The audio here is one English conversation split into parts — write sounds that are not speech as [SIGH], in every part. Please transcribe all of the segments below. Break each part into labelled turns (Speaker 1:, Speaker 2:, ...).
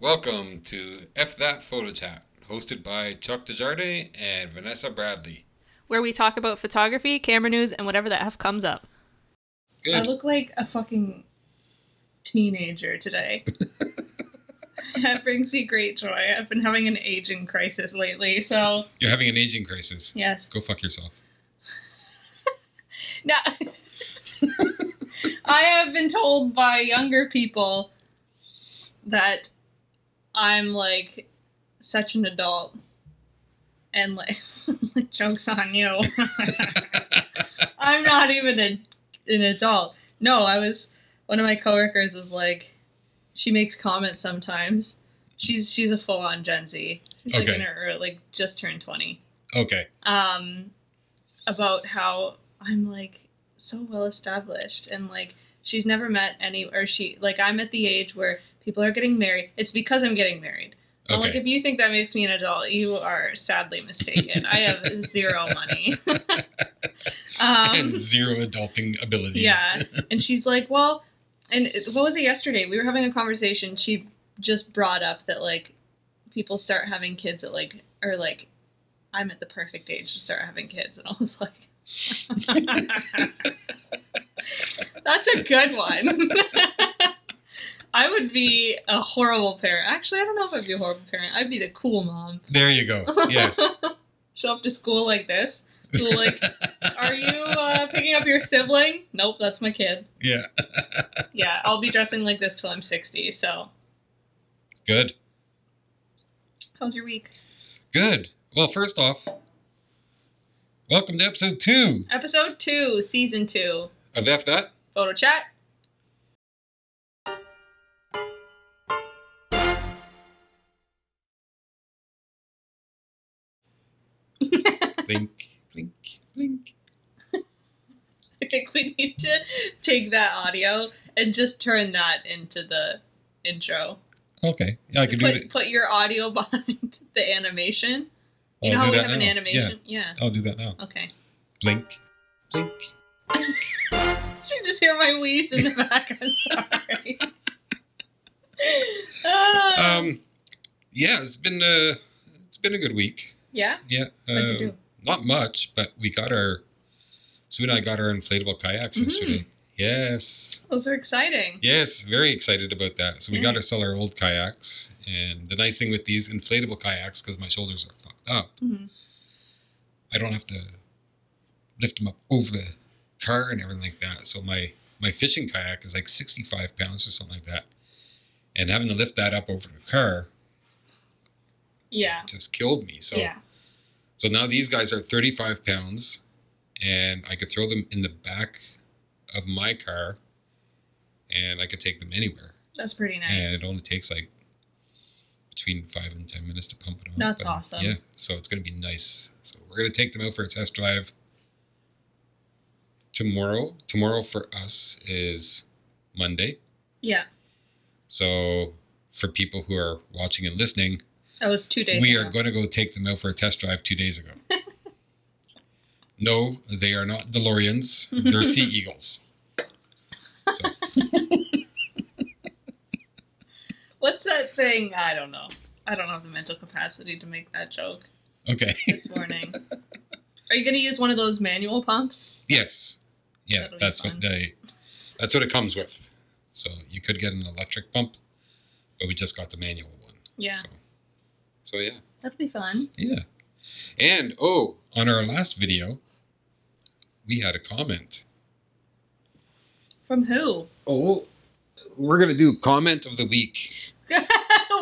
Speaker 1: Welcome to F That Photo Chat, hosted by Chuck DeJarde and Vanessa Bradley.
Speaker 2: where we talk about photography, camera news, and whatever the F comes up.
Speaker 1: Good.
Speaker 3: I look like a fucking teenager today. that brings me great joy. I've been having an aging crisis lately, so
Speaker 1: You're having an aging crisis.
Speaker 3: yes.
Speaker 1: Go fuck yourself. [LAUGHS]
Speaker 3: Now, [LAUGHS] I have been told by younger people that I'm like such an adult, and like, [LAUGHS] like jokes on you. [LAUGHS] I'm not even a, an adult. No, I was one of my coworkers was like, she makes comments sometimes. She's she's a full on Gen Z. She's like
Speaker 1: Okay.
Speaker 3: in her ear- like just turned twenty.
Speaker 1: okay.
Speaker 3: Um, about how I'm like so well established and like she's never met any or she like I'm at the age where people are getting married. It's because I'm getting married. I'm like
Speaker 1: Okay.
Speaker 3: if you think that makes me an adult, you are sadly mistaken. I
Speaker 1: [LAUGHS]
Speaker 3: have zero money. um,
Speaker 1: and zero adulting abilities. [LAUGHS]
Speaker 3: yeah. And she's like, well, and it- what was it yesterday? We were having a conversation. She just brought up that, like, people start having kids at, like, or, like, I'm at the perfect age to start having kids. And I was like, that's a good one. [LAUGHS] I would be a horrible parent. Actually, I don't know if I'd be a horrible parent. I'd be the cool mom.
Speaker 1: There you
Speaker 3: [LAUGHS]
Speaker 1: go. Yes.
Speaker 3: Show up to school like this. School like, are you uh, picking up your sibling? Nope, that's my kid.
Speaker 1: yeah.
Speaker 3: yeah, I'll be dressing like this till I'm 60. So,
Speaker 1: Good.
Speaker 3: how's your week?
Speaker 1: Good. Well, first off, welcome to episode two
Speaker 3: Episode two, season two,
Speaker 1: of F That.
Speaker 3: photo chat. [LAUGHS]
Speaker 1: Blink, blink, blink.
Speaker 3: [LAUGHS] I think we need to take that audio and just turn that into the intro.
Speaker 1: Okay. Yeah, I can do
Speaker 3: put,
Speaker 1: it.
Speaker 3: put your audio [LAUGHS] behind the animation. You
Speaker 1: I'll
Speaker 3: know
Speaker 1: Oh, do
Speaker 3: how we
Speaker 1: that
Speaker 3: have an
Speaker 1: now.
Speaker 3: animation? Yeah.
Speaker 1: Yeah, I'll do that now.
Speaker 3: Okay. [LAUGHS]
Speaker 1: Blink, blink.
Speaker 3: Did you just hear my wheeze in the back? I'm [LAUGHS] sorry.
Speaker 1: [LAUGHS]
Speaker 3: Ah.
Speaker 1: Um, yeah, it's been a it's been a good week.
Speaker 3: yeah?
Speaker 1: Yeah,
Speaker 3: What'd
Speaker 1: um,
Speaker 3: you do?
Speaker 1: not much, but we got our Sue and I got our inflatable kayaks
Speaker 3: Mhm.
Speaker 1: yesterday. Yes,
Speaker 3: Those are exciting.
Speaker 1: yes, very excited about that. So we
Speaker 3: Yeah.
Speaker 1: got to sell our old kayaks, and the nice thing with these inflatable kayaks because my shoulders are fucked up,
Speaker 3: Mhm.
Speaker 1: I don't have to lift them up over the car and everything like that. So my my fishing kayak is like 65 pounds or something like that, and having to lift that up over the car
Speaker 3: Yeah.
Speaker 1: just killed me. So.
Speaker 3: yeah.
Speaker 1: So now these guys are 35 pounds, and I could throw them in the back of my car, and I could take them anywhere.
Speaker 3: That's pretty
Speaker 1: And
Speaker 3: nice.
Speaker 1: it only takes like between five and 10 minutes to pump it on.
Speaker 3: That's awesome.
Speaker 1: Yeah, so it's going to be nice. So we're going to take them out for a test drive tomorrow. Tomorrow for us is Monday.
Speaker 3: Yeah.
Speaker 1: So for people who are watching and listening,
Speaker 3: That was two days
Speaker 1: we
Speaker 3: ago.
Speaker 1: are going to go take them out for a test drive two days ago.
Speaker 3: [LAUGHS]
Speaker 1: no, they are not DeLoreans. They're
Speaker 3: [LAUGHS]
Speaker 1: sea eagles. So,
Speaker 3: What's that thing? I don't know. I don't have the mental capacity to make that joke
Speaker 1: okay. [LAUGHS]
Speaker 3: this morning. [LAUGHS] Are you going to use one of those manual pumps?
Speaker 1: Yes. Yeah,
Speaker 3: That'll be
Speaker 1: that's
Speaker 3: fun.
Speaker 1: what they. That's what it comes with. So you could get an electric pump, but we just got the manual one.
Speaker 3: Yeah,
Speaker 1: So, so yeah,
Speaker 3: that'd be fun.
Speaker 1: yeah. And oh, on our last video, we had a comment.
Speaker 3: From who?
Speaker 1: Oh, we're gonna do comment of the week.
Speaker 3: [LAUGHS]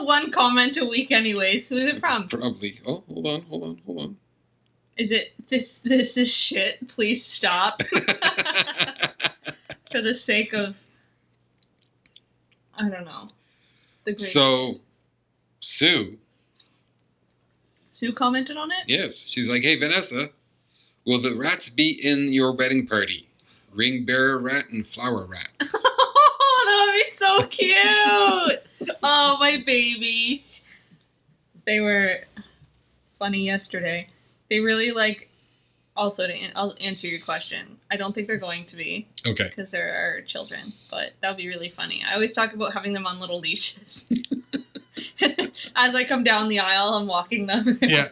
Speaker 3: one comment a week, anyways. Who's it from?
Speaker 1: Probably. Oh, hold on, hold on, hold on.
Speaker 3: Is it this? This is shit. Please stop. [LAUGHS] For the sake of, I don't know.
Speaker 1: [LAUGHS]
Speaker 3: The great
Speaker 1: so, Sue,
Speaker 3: Sue commented on it.
Speaker 1: yes, she's like, hey Vanessa, will the rats be in your wedding party? Ring bearer rat and flower rat.
Speaker 3: [LAUGHS] Oh, that would be so cute. oh, my babies. They were funny yesterday. They really like. Also, to an- I'll answer your question, I don't think they're going to be
Speaker 1: Okay.
Speaker 3: because there are children, but that would be really funny. I always talk about having them on little leashes. [LAUGHS] As I come down the aisle, I'm walking them. [LAUGHS]
Speaker 1: Yeah.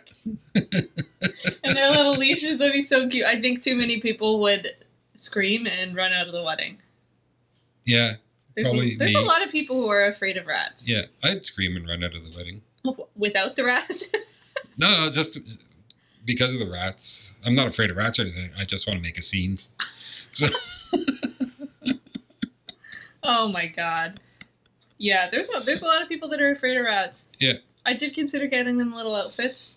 Speaker 3: and their little leashes, that'd be so cute. I think too many people would scream and run out of the wedding.
Speaker 1: Yeah.
Speaker 3: There's,
Speaker 1: Probably
Speaker 3: a, there's a
Speaker 1: me.
Speaker 3: lot of people who are afraid of rats.
Speaker 1: Yeah. I'd scream and run out of the wedding.
Speaker 3: [LAUGHS] Without the rat. [LAUGHS]
Speaker 1: No, no, just because of the rats. I'm not afraid of rats or anything. I just want to make a scene.
Speaker 3: oh my god. Yeah, there's a, there's a lot of people that are afraid of rats.
Speaker 1: Yeah.
Speaker 3: I did consider getting them little
Speaker 1: [LAUGHS]
Speaker 3: outfits.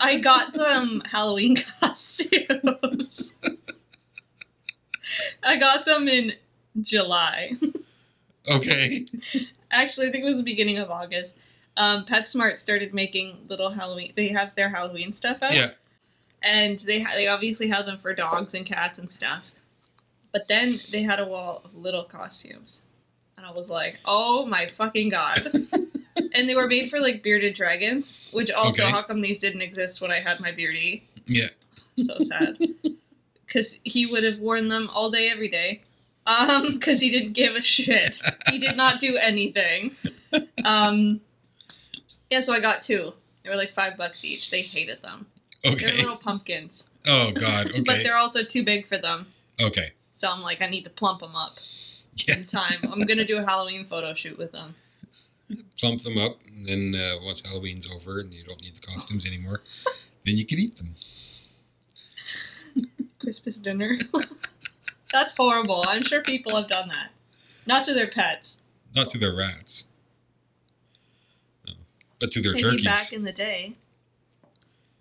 Speaker 3: I got them Halloween [LAUGHS] costumes. I got them in July.
Speaker 1: Okay.
Speaker 3: actually, I think it was the beginning of August. Um, PetSmart started making little Halloween. They have their Halloween stuff out,
Speaker 1: Yeah.
Speaker 3: and they ha- they obviously have them for dogs and cats and stuff. But then they had a wall of little costumes, and I was like, "Oh my
Speaker 1: [LAUGHS]
Speaker 3: fucking god!" and they were made for like bearded dragons, which also
Speaker 1: Okay.
Speaker 3: how come these didn't exist when I had my beardy?
Speaker 1: Yeah. [LAUGHS]
Speaker 3: So sad. Because he would have worn them all day, every day. Um, [LAUGHS] because he didn't give a shit. He did not
Speaker 1: [LAUGHS]
Speaker 3: do anything. Um, yeah, so I got two. They were like five bucks each. They hated them. They're
Speaker 1: Okay.
Speaker 3: little pumpkins,
Speaker 1: Oh God.
Speaker 3: [LAUGHS] but
Speaker 1: Okay.
Speaker 3: they're also too big for them.
Speaker 1: Okay.
Speaker 3: So I'm like, I need to plump them up
Speaker 1: Yeah.
Speaker 3: in time. I'm gonna do a Halloween photo shoot with them.
Speaker 1: Plump them up, and then uh, once Halloween's over and you don't need the costumes anymore, then you can eat them.
Speaker 3: Christmas dinner. [LAUGHS] That's horrible. I'm sure people have done that. Not to their pets.
Speaker 1: Not to their rats. No. But to their
Speaker 3: Maybe
Speaker 1: turkeys.
Speaker 3: back in the day.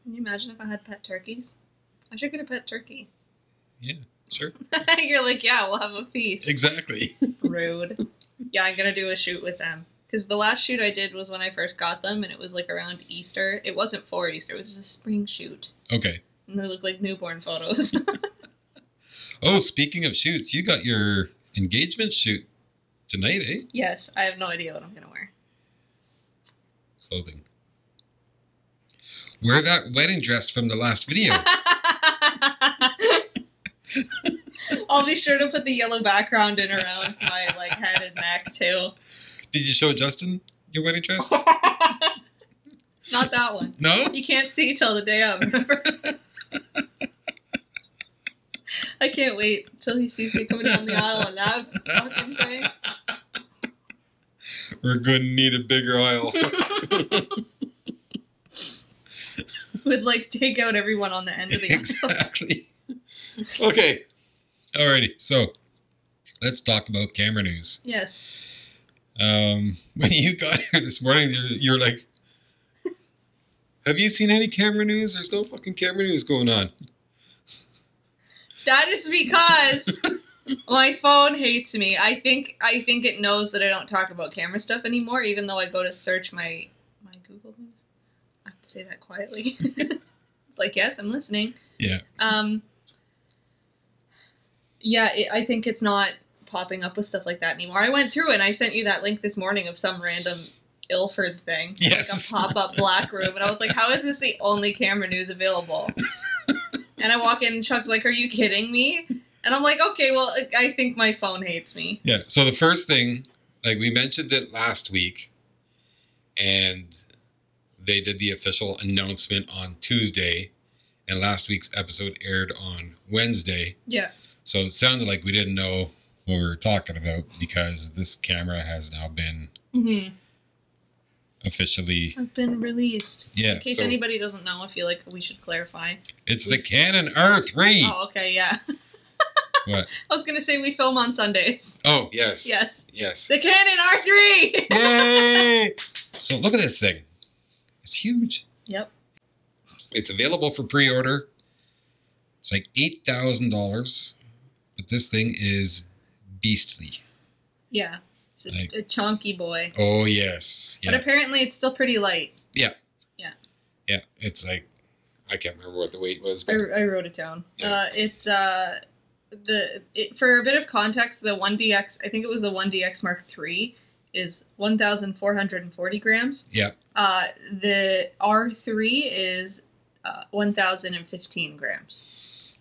Speaker 3: Can you imagine if I had pet turkeys? I should get a pet turkey.
Speaker 1: sure.
Speaker 3: [LAUGHS] You're like, yeah, we'll have a feast.
Speaker 1: Exactly.
Speaker 3: [LAUGHS] Rude. Yeah, I'm gonna do a shoot with them. Because the last shoot I did was when I first got them, and it was like around Easter. It wasn't for Easter; it was just a spring shoot,
Speaker 1: Okay.
Speaker 3: and they look like newborn photos. [LAUGHS]
Speaker 1: Oh, speaking of shoots, you got your engagement shoot tonight, eh?
Speaker 3: yes, I have no idea what I'm gonna [LAUGHS] wear.
Speaker 1: Clothing. Wear that wedding dress from the last video.
Speaker 3: [LAUGHS] I'll be sure to put the yellow background in around my like head and neck [LAUGHS] too.
Speaker 1: Did you show Justin your wedding dress?
Speaker 3: Not that one.
Speaker 1: No?
Speaker 3: You can't see till the day [LAUGHS] of. remember? I can't wait till he sees me coming down the aisle in that fucking thing.
Speaker 1: We're going to need a bigger
Speaker 3: [LAUGHS]
Speaker 1: aisle.
Speaker 3: Would like take out everyone on
Speaker 1: [LAUGHS]
Speaker 3: the end of the aisle.
Speaker 1: exactly. okay. Alrighty. So let's talk about camera news.
Speaker 3: Yes.
Speaker 1: Um, [LAUGHS] when you got here this morning, you're, you're like, have you seen any camera news? There's no fucking camera news going on.
Speaker 3: That is because my phone hates me. I think I think it knows that I don't talk about camera stuff anymore, even though I go to search my my Google News. I have to say that quietly. [LAUGHS] it's like, yes, I'm listening.
Speaker 1: Yeah.
Speaker 3: Um, yeah, it, I think it's not popping up with stuff like that anymore. I went through it and I sent you that link this morning of some random Ilford thing,
Speaker 1: Yes.
Speaker 3: like a pop up black room, and I was like, how is this the only camera
Speaker 1: [LAUGHS]
Speaker 3: news available? and I walk in and Chuck's like, are you kidding me? And I'm like, okay, well, I think my phone hates me.
Speaker 1: Yeah. So the first thing, like we mentioned it last week, and they did the official announcement on Tuesday, and last week's episode aired on Wednesday.
Speaker 3: Yeah.
Speaker 1: So it sounded like we didn't know what we were talking about because this camera has now been
Speaker 3: Mm-hmm.
Speaker 1: officially.
Speaker 3: It's been released.
Speaker 1: Yeah.
Speaker 3: In case
Speaker 1: so
Speaker 3: anybody doesn't know, I feel like we should clarify.
Speaker 1: it's the Canon R3.
Speaker 3: Oh, okay, yeah. [LAUGHS]
Speaker 1: What?
Speaker 3: I was gonna say we film on
Speaker 1: [LAUGHS]
Speaker 3: Sundays.
Speaker 1: Oh, yes.
Speaker 3: Yes.
Speaker 1: Yes.
Speaker 3: The Canon R3!
Speaker 1: Yay! [LAUGHS] so look at this thing. It's huge.
Speaker 3: [LAUGHS] Yep.
Speaker 1: It's available for pre-order. It's like eight thousand dollars, but this thing is beastly.
Speaker 3: Yeah. It's a,
Speaker 1: Like-
Speaker 3: a chunky boy.
Speaker 1: Oh yes, yeah,
Speaker 3: But apparently it's still pretty light.
Speaker 1: yeah. It's like I can't remember what the weight was,
Speaker 3: I,
Speaker 1: but
Speaker 3: I wrote it down.
Speaker 1: Yeah.
Speaker 3: Uh, it's, uh, the it, for a bit of context, the 1DX, I think it was the 1DX Mark III, is 1,440 grams.
Speaker 1: yeah,
Speaker 3: Uh, the R3 is uh, 1,015 grams.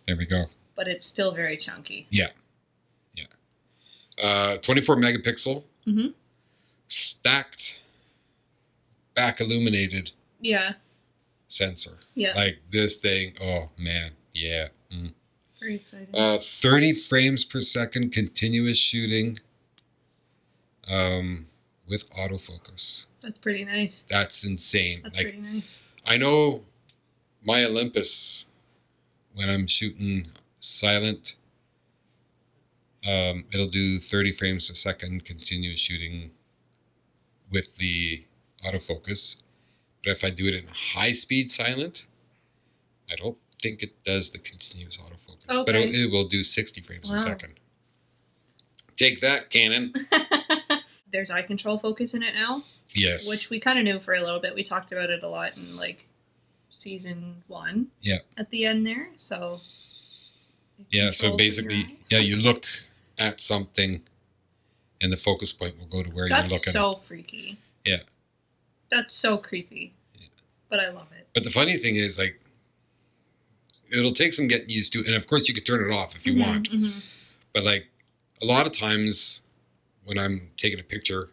Speaker 1: there we go.
Speaker 3: But it's still very chunky.
Speaker 1: Uh, Twenty-four megapixel,
Speaker 3: Mhm.
Speaker 1: stacked back illuminated
Speaker 3: Yeah.
Speaker 1: sensor.
Speaker 3: Yeah.
Speaker 1: Like this thing, oh man, yeah. Mm.
Speaker 3: Very exciting.
Speaker 1: Uh, 30 frames per second continuous shooting um, with autofocus.
Speaker 3: That's pretty nice.
Speaker 1: That's insane.
Speaker 3: That's
Speaker 1: like
Speaker 3: pretty nice. [LAUGHS]
Speaker 1: I know my Olympus when I'm shooting silent. Um, it'll do 30 frames a second continuous shooting with the autofocus. But if I do it in high speed silent, I don't think it does the continuous autofocus. But it,
Speaker 3: Okay.
Speaker 1: it will do 60 frames
Speaker 3: Wow.
Speaker 1: a second. Take that, Canon.
Speaker 3: There's eye control focus in it now,
Speaker 1: Yes.
Speaker 3: which we kind of knew for a little bit. We talked about it a lot in like season one.
Speaker 1: Yeah.
Speaker 3: At the end there, so. it
Speaker 1: Yeah, so
Speaker 3: controls your
Speaker 1: basically,
Speaker 3: eye.
Speaker 1: yeah, you look at something, and the focus point will go to where you're
Speaker 3: That's
Speaker 1: looking.
Speaker 3: so freaky.
Speaker 1: Yeah.
Speaker 3: That's so creepy.
Speaker 1: Yeah.
Speaker 3: But I love it.
Speaker 1: but the funny thing is, like, it'll take some getting used to, and of course, you could turn it off if you
Speaker 3: Mhm,
Speaker 1: want.
Speaker 3: mhm.
Speaker 1: But like, a lot of times, when I'm taking a picture,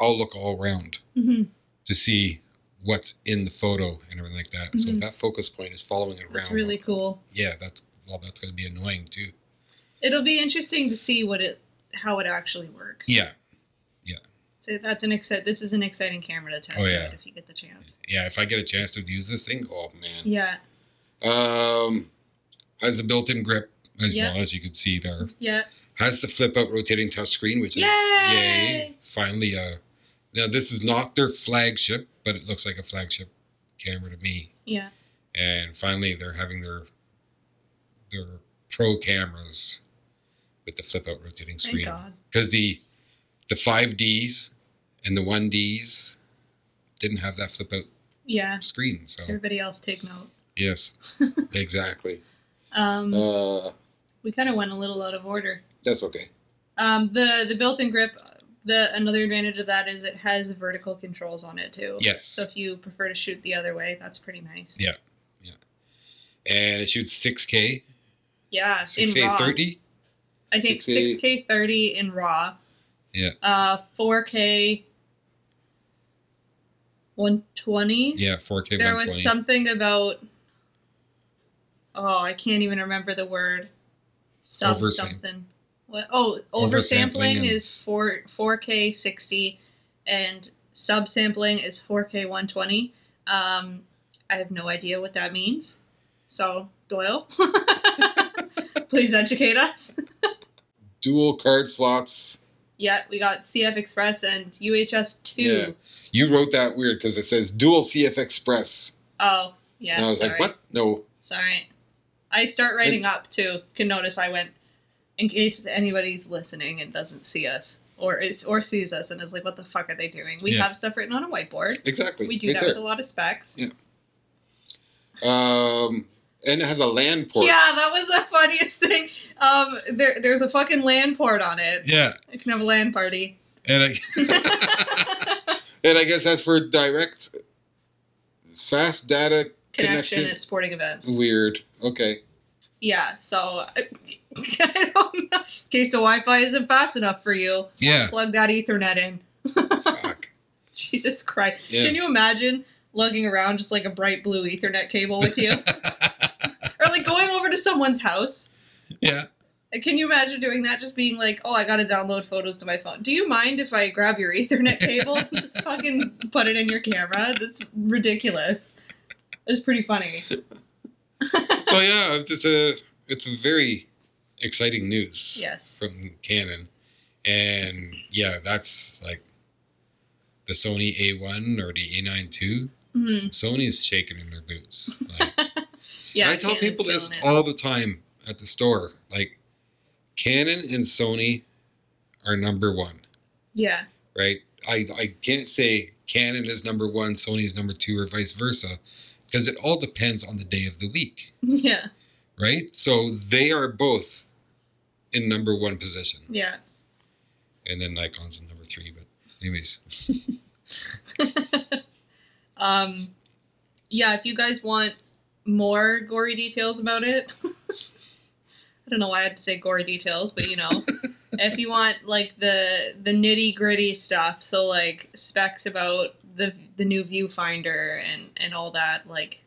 Speaker 1: I'll look all around
Speaker 3: Mhm.
Speaker 1: to see what's in the photo and everything like that. So if
Speaker 3: Mhm.
Speaker 1: that focus point is following it around.
Speaker 3: That's really cool.
Speaker 1: yeah, that's well, that's going to be annoying too.
Speaker 3: It'll be interesting to see what it how it actually works.
Speaker 1: Yeah,
Speaker 3: So that's an exci- This is an exciting camera to test
Speaker 1: Oh,
Speaker 3: out
Speaker 1: yeah.
Speaker 3: if you get the chance.
Speaker 1: yeah. If I get a chance to use this thing, oh man.
Speaker 3: Yeah.
Speaker 1: Um, has the built-in grip as
Speaker 3: Yeah.
Speaker 1: well as you can see there.
Speaker 3: Yeah.
Speaker 1: Has the flip-out rotating touchscreen, which is
Speaker 3: Yay!
Speaker 1: yay! Finally, uh, now this is not their flagship, but it looks like a flagship camera to me.
Speaker 3: Yeah.
Speaker 1: And finally, they're having their their pro cameras with the flip-out rotating
Speaker 3: Thank
Speaker 1: screen
Speaker 3: God.
Speaker 1: because the the five Ds and the one Ds didn't have that flip-out
Speaker 3: Yeah.
Speaker 1: screen. So
Speaker 3: Everybody else take note. [LAUGHS]
Speaker 1: yes, exactly.
Speaker 3: Um,
Speaker 1: Uh,
Speaker 3: we kind of went a little out of order.
Speaker 1: that's okay.
Speaker 3: Um, the the built-in grip. The another advantage of that is it has vertical controls on it too.
Speaker 1: Yes.
Speaker 3: So if you prefer to shoot the other way, that's pretty nice.
Speaker 1: Yeah. and it shoots 6K,
Speaker 3: Yeah. in raw.
Speaker 1: 6K30.
Speaker 3: I think
Speaker 1: 6K.
Speaker 3: six K thirty in raw.
Speaker 1: Yeah.
Speaker 3: Uh, four K. One twenty.
Speaker 1: Yeah, 4K 120.
Speaker 3: there was something about oh i can't even remember the word sub
Speaker 1: Oversam-
Speaker 3: something what oh
Speaker 1: Oversampling
Speaker 3: oversampling
Speaker 1: and
Speaker 3: is
Speaker 1: s-
Speaker 3: 4 4k 60 and subsampling is 4k 120 um i have no idea what that means so doyle [LAUGHS] please educate us [LAUGHS]
Speaker 1: Dual card slots.
Speaker 3: yeah we got cf express and uhs 2
Speaker 1: Yeah. You wrote that weird because it says dual CF Express.
Speaker 3: oh yeah
Speaker 1: and I was
Speaker 3: sorry.
Speaker 1: like, what? No.
Speaker 3: Sorry. I start writing up too. Can notice I went in case anybody's listening and doesn't see us or is or sees us and is like, what the fuck are they doing? We
Speaker 1: Yeah.
Speaker 3: have stuff written on a whiteboard.
Speaker 1: Exactly.
Speaker 3: We do
Speaker 1: right
Speaker 3: that
Speaker 1: there.
Speaker 3: with a lot of specs.
Speaker 1: Yeah. Um, and it has a LAN port.
Speaker 3: Yeah, that was the [LAUGHS] funniest thing. Um, there, there's a fucking land port on it.
Speaker 1: Yeah.
Speaker 3: I can have a land party. [LAUGHS]
Speaker 1: And I, [LAUGHS] and I guess that's for direct fast data
Speaker 3: Connection
Speaker 1: connection.
Speaker 3: at sporting events.
Speaker 1: Weird. Okay.
Speaker 3: Yeah, so I, [LAUGHS] I don't know. In case the Wi Fi isn't fast enough for you,
Speaker 1: Yeah.
Speaker 3: plug that Ethernet in.
Speaker 1: [LAUGHS]
Speaker 3: [LAUGHS]
Speaker 1: Fuck.
Speaker 3: Jesus Christ.
Speaker 1: Yeah.
Speaker 3: Can you imagine lugging around just like a bright blue Ethernet cable
Speaker 1: [LAUGHS]
Speaker 3: with you? [LAUGHS] or like going over to someone's house?
Speaker 1: yeah.
Speaker 3: Like, Can you imagine doing that? Just being like, oh, I gotta download photos to my phone. Do you mind if I grab your Ethernet cable?
Speaker 1: [LAUGHS]
Speaker 3: just fucking put it in your camera? That's ridiculous. It's pretty funny.
Speaker 1: So yeah, it's a it's a very exciting news.
Speaker 3: Yes.
Speaker 1: from Canon, and yeah, that's like the Sony A1 or the A9 II.
Speaker 3: hmm
Speaker 1: Sony's shaking in their
Speaker 3: [LAUGHS]
Speaker 1: boots. Like,
Speaker 3: Yeah.
Speaker 1: I tell
Speaker 3: Canon's
Speaker 1: people this
Speaker 3: feeling it.
Speaker 1: all the time at the store. Like, Canon and Sony are number one,
Speaker 3: Yeah. [LAUGHS]
Speaker 1: right? I, I can't say Canon is number one, Sony is number two, or vice versa, because it all depends on the day of the week,
Speaker 3: Yeah.
Speaker 1: right? So they are both in number one position.
Speaker 3: Yeah.
Speaker 1: and then Nikon's in number three. But anyways,
Speaker 3: um, yeah, if you guys want more [LAUGHS]
Speaker 1: [LAUGHS]
Speaker 3: gory details about it, I don't know why I had to say gory details, but you know, if you want like the the nitty gritty stuff, so like specs about the the new viewfinder and and all that like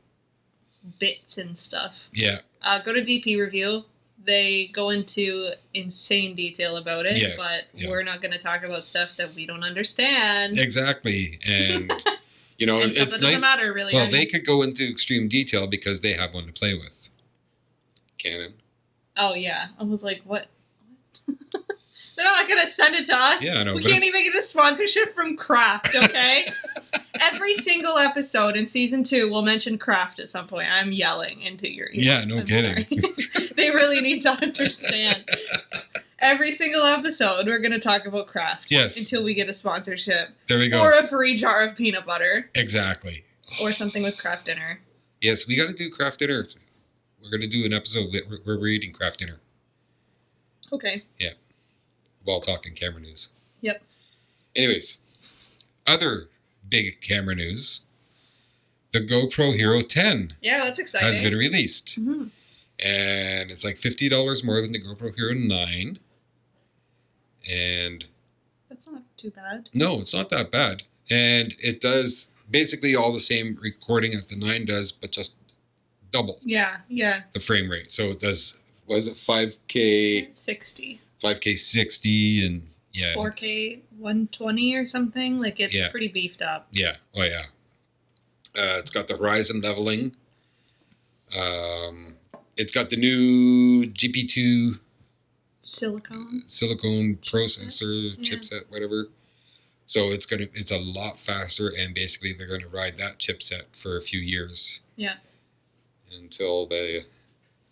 Speaker 3: bits and stuff, [LAUGHS]
Speaker 1: Yeah,
Speaker 3: uh, go to DP Review. They go into insane detail about it,
Speaker 1: Yes,
Speaker 3: but
Speaker 1: yeah.
Speaker 3: we're not going to talk about stuff that we don't understand.
Speaker 1: exactly.
Speaker 3: [LAUGHS]
Speaker 1: And you know,
Speaker 3: And
Speaker 1: it's
Speaker 3: stuff that
Speaker 1: nice.
Speaker 3: doesn't matter really.
Speaker 1: Well,
Speaker 3: I
Speaker 1: they
Speaker 3: mean-
Speaker 1: could go into extreme detail because they have one to play with. Canon.
Speaker 3: Oh yeah, I was like, what? [LAUGHS] They're not gonna send it to us.
Speaker 1: Yeah, I know,
Speaker 3: we
Speaker 1: but
Speaker 3: can't
Speaker 1: it's-
Speaker 3: even get a sponsorship from Kraft.
Speaker 1: [LAUGHS]
Speaker 3: Okay. Every single episode in season two will mention Kraft at some point. I'm yelling into your ears.
Speaker 1: Yeah, no
Speaker 3: I'm
Speaker 1: kidding.
Speaker 3: sorry. [LAUGHS] they really need to understand. Every single episode, we're gonna talk about Kraft.
Speaker 1: Yes.
Speaker 3: Until we get a sponsorship
Speaker 1: There we go.
Speaker 3: or a free jar of peanut butter
Speaker 1: exactly.
Speaker 3: or something with Kraft dinner.
Speaker 1: Yes, we got to do craft dinner. We're gonna do an episode where where we're eating craft dinner
Speaker 3: Okay.
Speaker 1: while talking camera news.
Speaker 3: Yep.
Speaker 1: Anyways, other big camera news: the GoPro Hero 10
Speaker 3: Yeah, that's
Speaker 1: has
Speaker 3: exciting.
Speaker 1: been released,
Speaker 3: Mhm.
Speaker 1: and it's like fifty dollars more than the GoPro Hero 9. And
Speaker 3: That's not too bad.
Speaker 1: No, it's not that bad. And it does basically all the same recording as the 9 does, but just double
Speaker 3: Yeah. Yeah.
Speaker 1: the frame rate. So it does, was it 5K,
Speaker 3: 60
Speaker 1: 5K 60 and yeah.
Speaker 3: 4k 120 or something like it's
Speaker 1: Yeah.
Speaker 3: pretty beefed up
Speaker 1: Yeah. Oh, yeah. Uh, it's got the horizon leveling. Um, it's got the new GP2 Oh,
Speaker 3: silicone
Speaker 1: silicone processor
Speaker 3: Mm-hmm. Yeah.
Speaker 1: chipset, whatever. So it's gonna it's a lot faster, and basically they're gonna ride that chipset for a few years.
Speaker 3: Yeah.
Speaker 1: Until they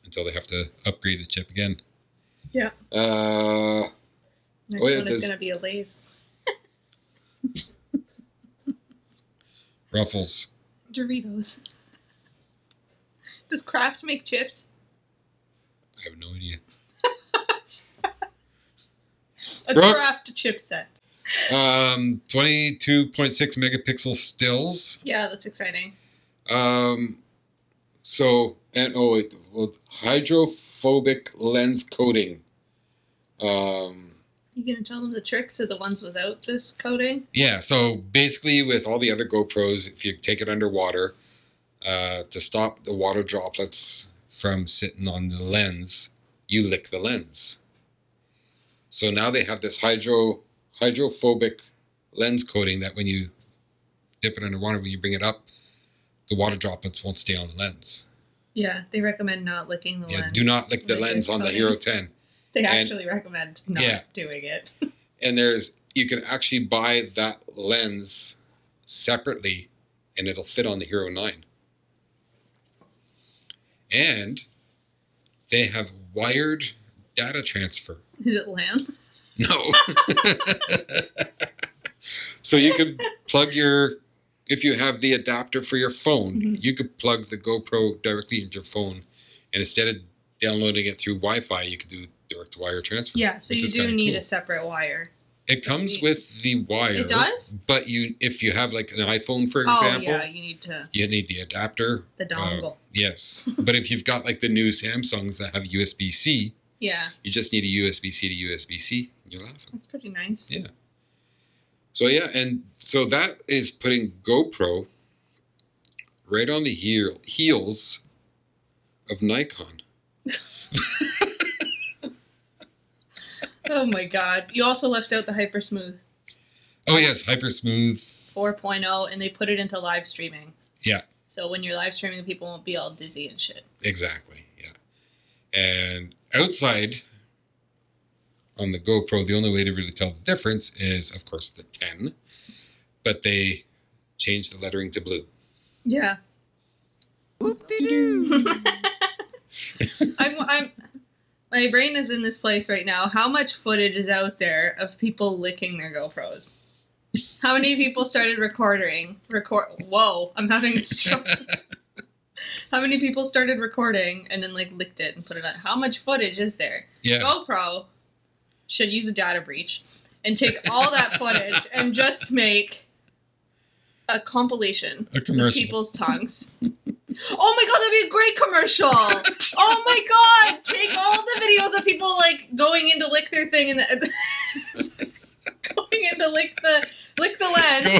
Speaker 1: until they have to upgrade the chip again.
Speaker 3: Yeah.
Speaker 1: Uh, Oh,
Speaker 3: next
Speaker 1: yeah,
Speaker 3: one is
Speaker 1: there's-
Speaker 3: going to be a lace
Speaker 1: Ruffles.
Speaker 3: doritos [LAUGHS] does kraft make chips [LAUGHS]
Speaker 1: I have no idea.
Speaker 3: a
Speaker 1: Brooke.
Speaker 3: kraft chipset
Speaker 1: Um, twenty-two point six megapixel stills.
Speaker 3: yeah that's exciting
Speaker 1: Um, so and oh, it, well, hydrophobic lens coating. Um,
Speaker 3: you going to tell them the trick to the ones without this coating
Speaker 1: Yeah, so basically, with all the other GoPros, if you take it underwater, uh, to stop the water droplets from sitting on the lens, you lick the lens. So now they have this hydro hydrophobic lens coating that when you dip it underwater, when you bring it up, the water droplets won't stay on the lens.
Speaker 3: yeah they recommend not licking the
Speaker 1: Yeah,
Speaker 3: lens
Speaker 1: do not lick the
Speaker 3: Like
Speaker 1: lens
Speaker 3: this
Speaker 1: on the
Speaker 3: coating.
Speaker 1: Hero 10.
Speaker 3: they
Speaker 1: and-
Speaker 3: actually recommend not
Speaker 1: Yeah.
Speaker 3: doing it [LAUGHS]
Speaker 1: and there's you can actually buy that lens separately and it'll fit on the hero 9 and they have wired data transfer
Speaker 3: is it lamb
Speaker 1: no [LAUGHS] so you could plug your if you have the adapter for your phone
Speaker 3: Mhm.
Speaker 1: you could plug the gopro directly into your phone and instead of downloading it through wi-fi you could do direct wire transfer
Speaker 3: yeah so
Speaker 1: which
Speaker 3: you
Speaker 1: is
Speaker 3: do
Speaker 1: kinda
Speaker 3: need
Speaker 1: cool.
Speaker 3: a separate wire
Speaker 1: It comes
Speaker 3: It-
Speaker 1: with the wire.
Speaker 3: it does
Speaker 1: But you, if you have like an iPhone, for
Speaker 3: oh
Speaker 1: example, Oh.
Speaker 3: yeah you need to
Speaker 1: you need the adapter.
Speaker 3: the dongle [LAUGHS]
Speaker 1: Yes. but if you've got like the new Samsungs that have USB C,
Speaker 3: yeah
Speaker 1: you just need a USB C to USB C. You're laughing.
Speaker 3: That's pretty nice.
Speaker 1: Yeah. So yeah, and so that is putting GoPro right on the heel, heels of Nikon.
Speaker 3: Oh my god. You also left out the Hypersmooth
Speaker 1: Oh yes, hypersmooth.
Speaker 3: 4.0 oh, and they put it into live streaming.
Speaker 1: Yeah.
Speaker 3: So when you're live streaming, people won't be all dizzy and shit.
Speaker 1: Exactly. Yeah. And outside on the GoPro, the only way to really tell the difference is, of course, the 10, but they changed the lettering to blue.
Speaker 3: Yeah. [LAUGHS] I'm, I'm, my brain is in this place right now. How much footage is out there of people licking their GoPros? How many people started recording? Record. Whoa, I'm having a stroke. How many people started recording and then like licked it and put it on? How much footage is there?
Speaker 1: Yeah.
Speaker 3: GoPro should use a data breach and take all that footage and just make a compilation
Speaker 1: A
Speaker 3: of
Speaker 1: commercial.
Speaker 3: people's tongues Oh my god, that'd be a great commercial. oh my god, take all the videos of people like going in to lick their thing and the, [LAUGHS] going in to lick the lick the lens.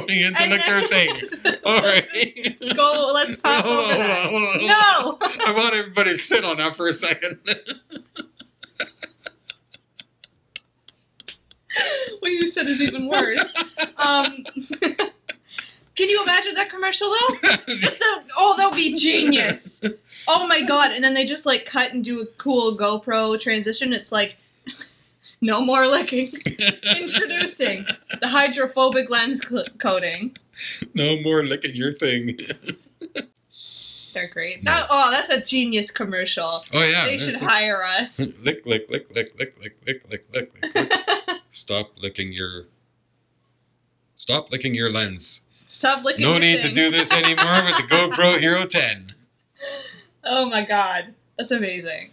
Speaker 1: [LAUGHS] Going into like their thing.
Speaker 3: [LAUGHS]
Speaker 1: All right.
Speaker 3: Go. Let's pass
Speaker 1: hold
Speaker 3: over
Speaker 1: on, hold
Speaker 3: that.
Speaker 1: on, hold on, hold on.
Speaker 3: No.
Speaker 1: I want everybody to sit on that for a second. [LAUGHS]
Speaker 3: what you said is even worse. Um, [LAUGHS] can you imagine that commercial though? Just a, oh, that would be genius.
Speaker 1: [LAUGHS]
Speaker 3: Oh my god! And then they just like cut and do a cool GoPro transition. It's like [LAUGHS] no more
Speaker 1: [LAUGHS]
Speaker 3: licking. Introducing the hydrophobic lens cl- coating.
Speaker 1: no more licking your thing.
Speaker 3: They're great. That, oh, that's a genius commercial.
Speaker 1: Oh yeah.
Speaker 3: they
Speaker 1: that's
Speaker 3: should
Speaker 1: it.
Speaker 3: hire
Speaker 1: [LAUGHS]
Speaker 3: us.
Speaker 1: lick, lick, lick, lick, lick, lick, lick, lick, lick, lick,
Speaker 3: [LAUGHS]
Speaker 1: lick. Stop licking your. Stop licking your lens.
Speaker 3: Stop licking.
Speaker 1: No
Speaker 3: your
Speaker 1: need to
Speaker 3: thing.
Speaker 1: do this anymore
Speaker 3: [LAUGHS]
Speaker 1: with the GoPro Hero 10.
Speaker 3: Oh my god, that's amazing.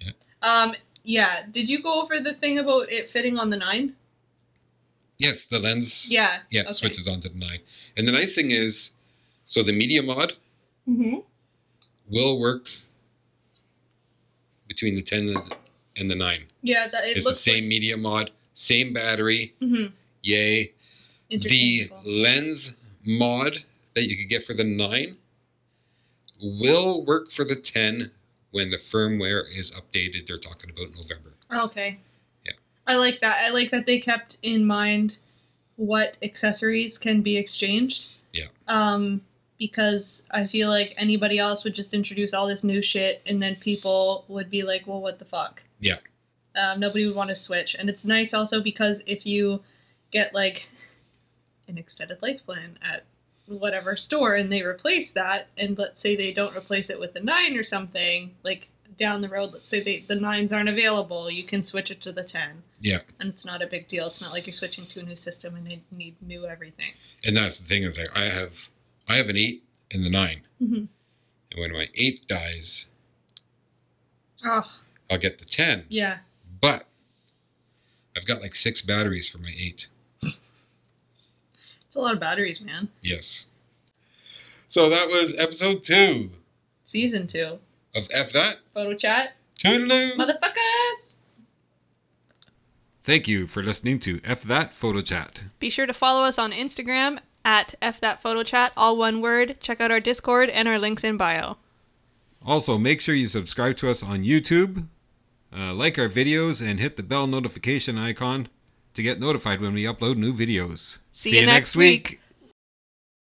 Speaker 1: Yeah.
Speaker 3: Um. Yeah. Did you go over the thing about it fitting on the nine?
Speaker 1: Yes, the lens.
Speaker 3: Yeah.
Speaker 1: yeah
Speaker 3: okay.
Speaker 1: switches onto the nine. And the nice thing is, so the media mod
Speaker 3: Mm-hmm.
Speaker 1: will work between the 10 and- and the nine.
Speaker 3: Yeah. That it
Speaker 1: it's the
Speaker 3: looks
Speaker 1: same media mod, same battery.
Speaker 3: Mm-hmm.
Speaker 1: Yay. The lens mod that you could get for the 9 will work for the 10 when the firmware is updated. They're talking about November.
Speaker 3: Oh, Okay.
Speaker 1: Yeah.
Speaker 3: I like that. I like that they kept in mind what accessories can be exchanged.
Speaker 1: Yeah.
Speaker 3: Um, because I feel like anybody else would just introduce all this new shit, and then people would be like, "Well, what the fuck?"
Speaker 1: Yeah.
Speaker 3: Um, nobody would want to switch, and it's nice also because if you get like an extended life plan at whatever store and they replace that and let's say they don't replace it with the nine or something like down the road let's say they, the nines aren't available you can switch it to the ten
Speaker 1: Yeah.
Speaker 3: and it's not a big deal it's not like you're switching to a new system and they need new everything
Speaker 1: And that's the thing is like I have I have an 8 and the 9.
Speaker 3: Mhm.
Speaker 2: Mm-hmm.
Speaker 1: And when my 8 dies,
Speaker 3: oh
Speaker 1: I'll get the 10.
Speaker 3: yeah
Speaker 1: But I've got like 6 batteries for my 8.
Speaker 3: it's a lot of batteries man
Speaker 1: Yes. So that was episode 2
Speaker 3: season two
Speaker 1: of F that.
Speaker 3: photo chat
Speaker 1: Toodaloo.
Speaker 3: motherfuckers
Speaker 1: Thank you for listening to F That Photo Chat.
Speaker 2: Be sure to follow us on Instagram at fthatphotochat, all one word. Check out our Discord and our links in bio.
Speaker 1: Also, make sure you subscribe to us on YouTube, uh, like our videos, and hit the bell notification icon to get notified when we upload new videos.
Speaker 2: See you next week.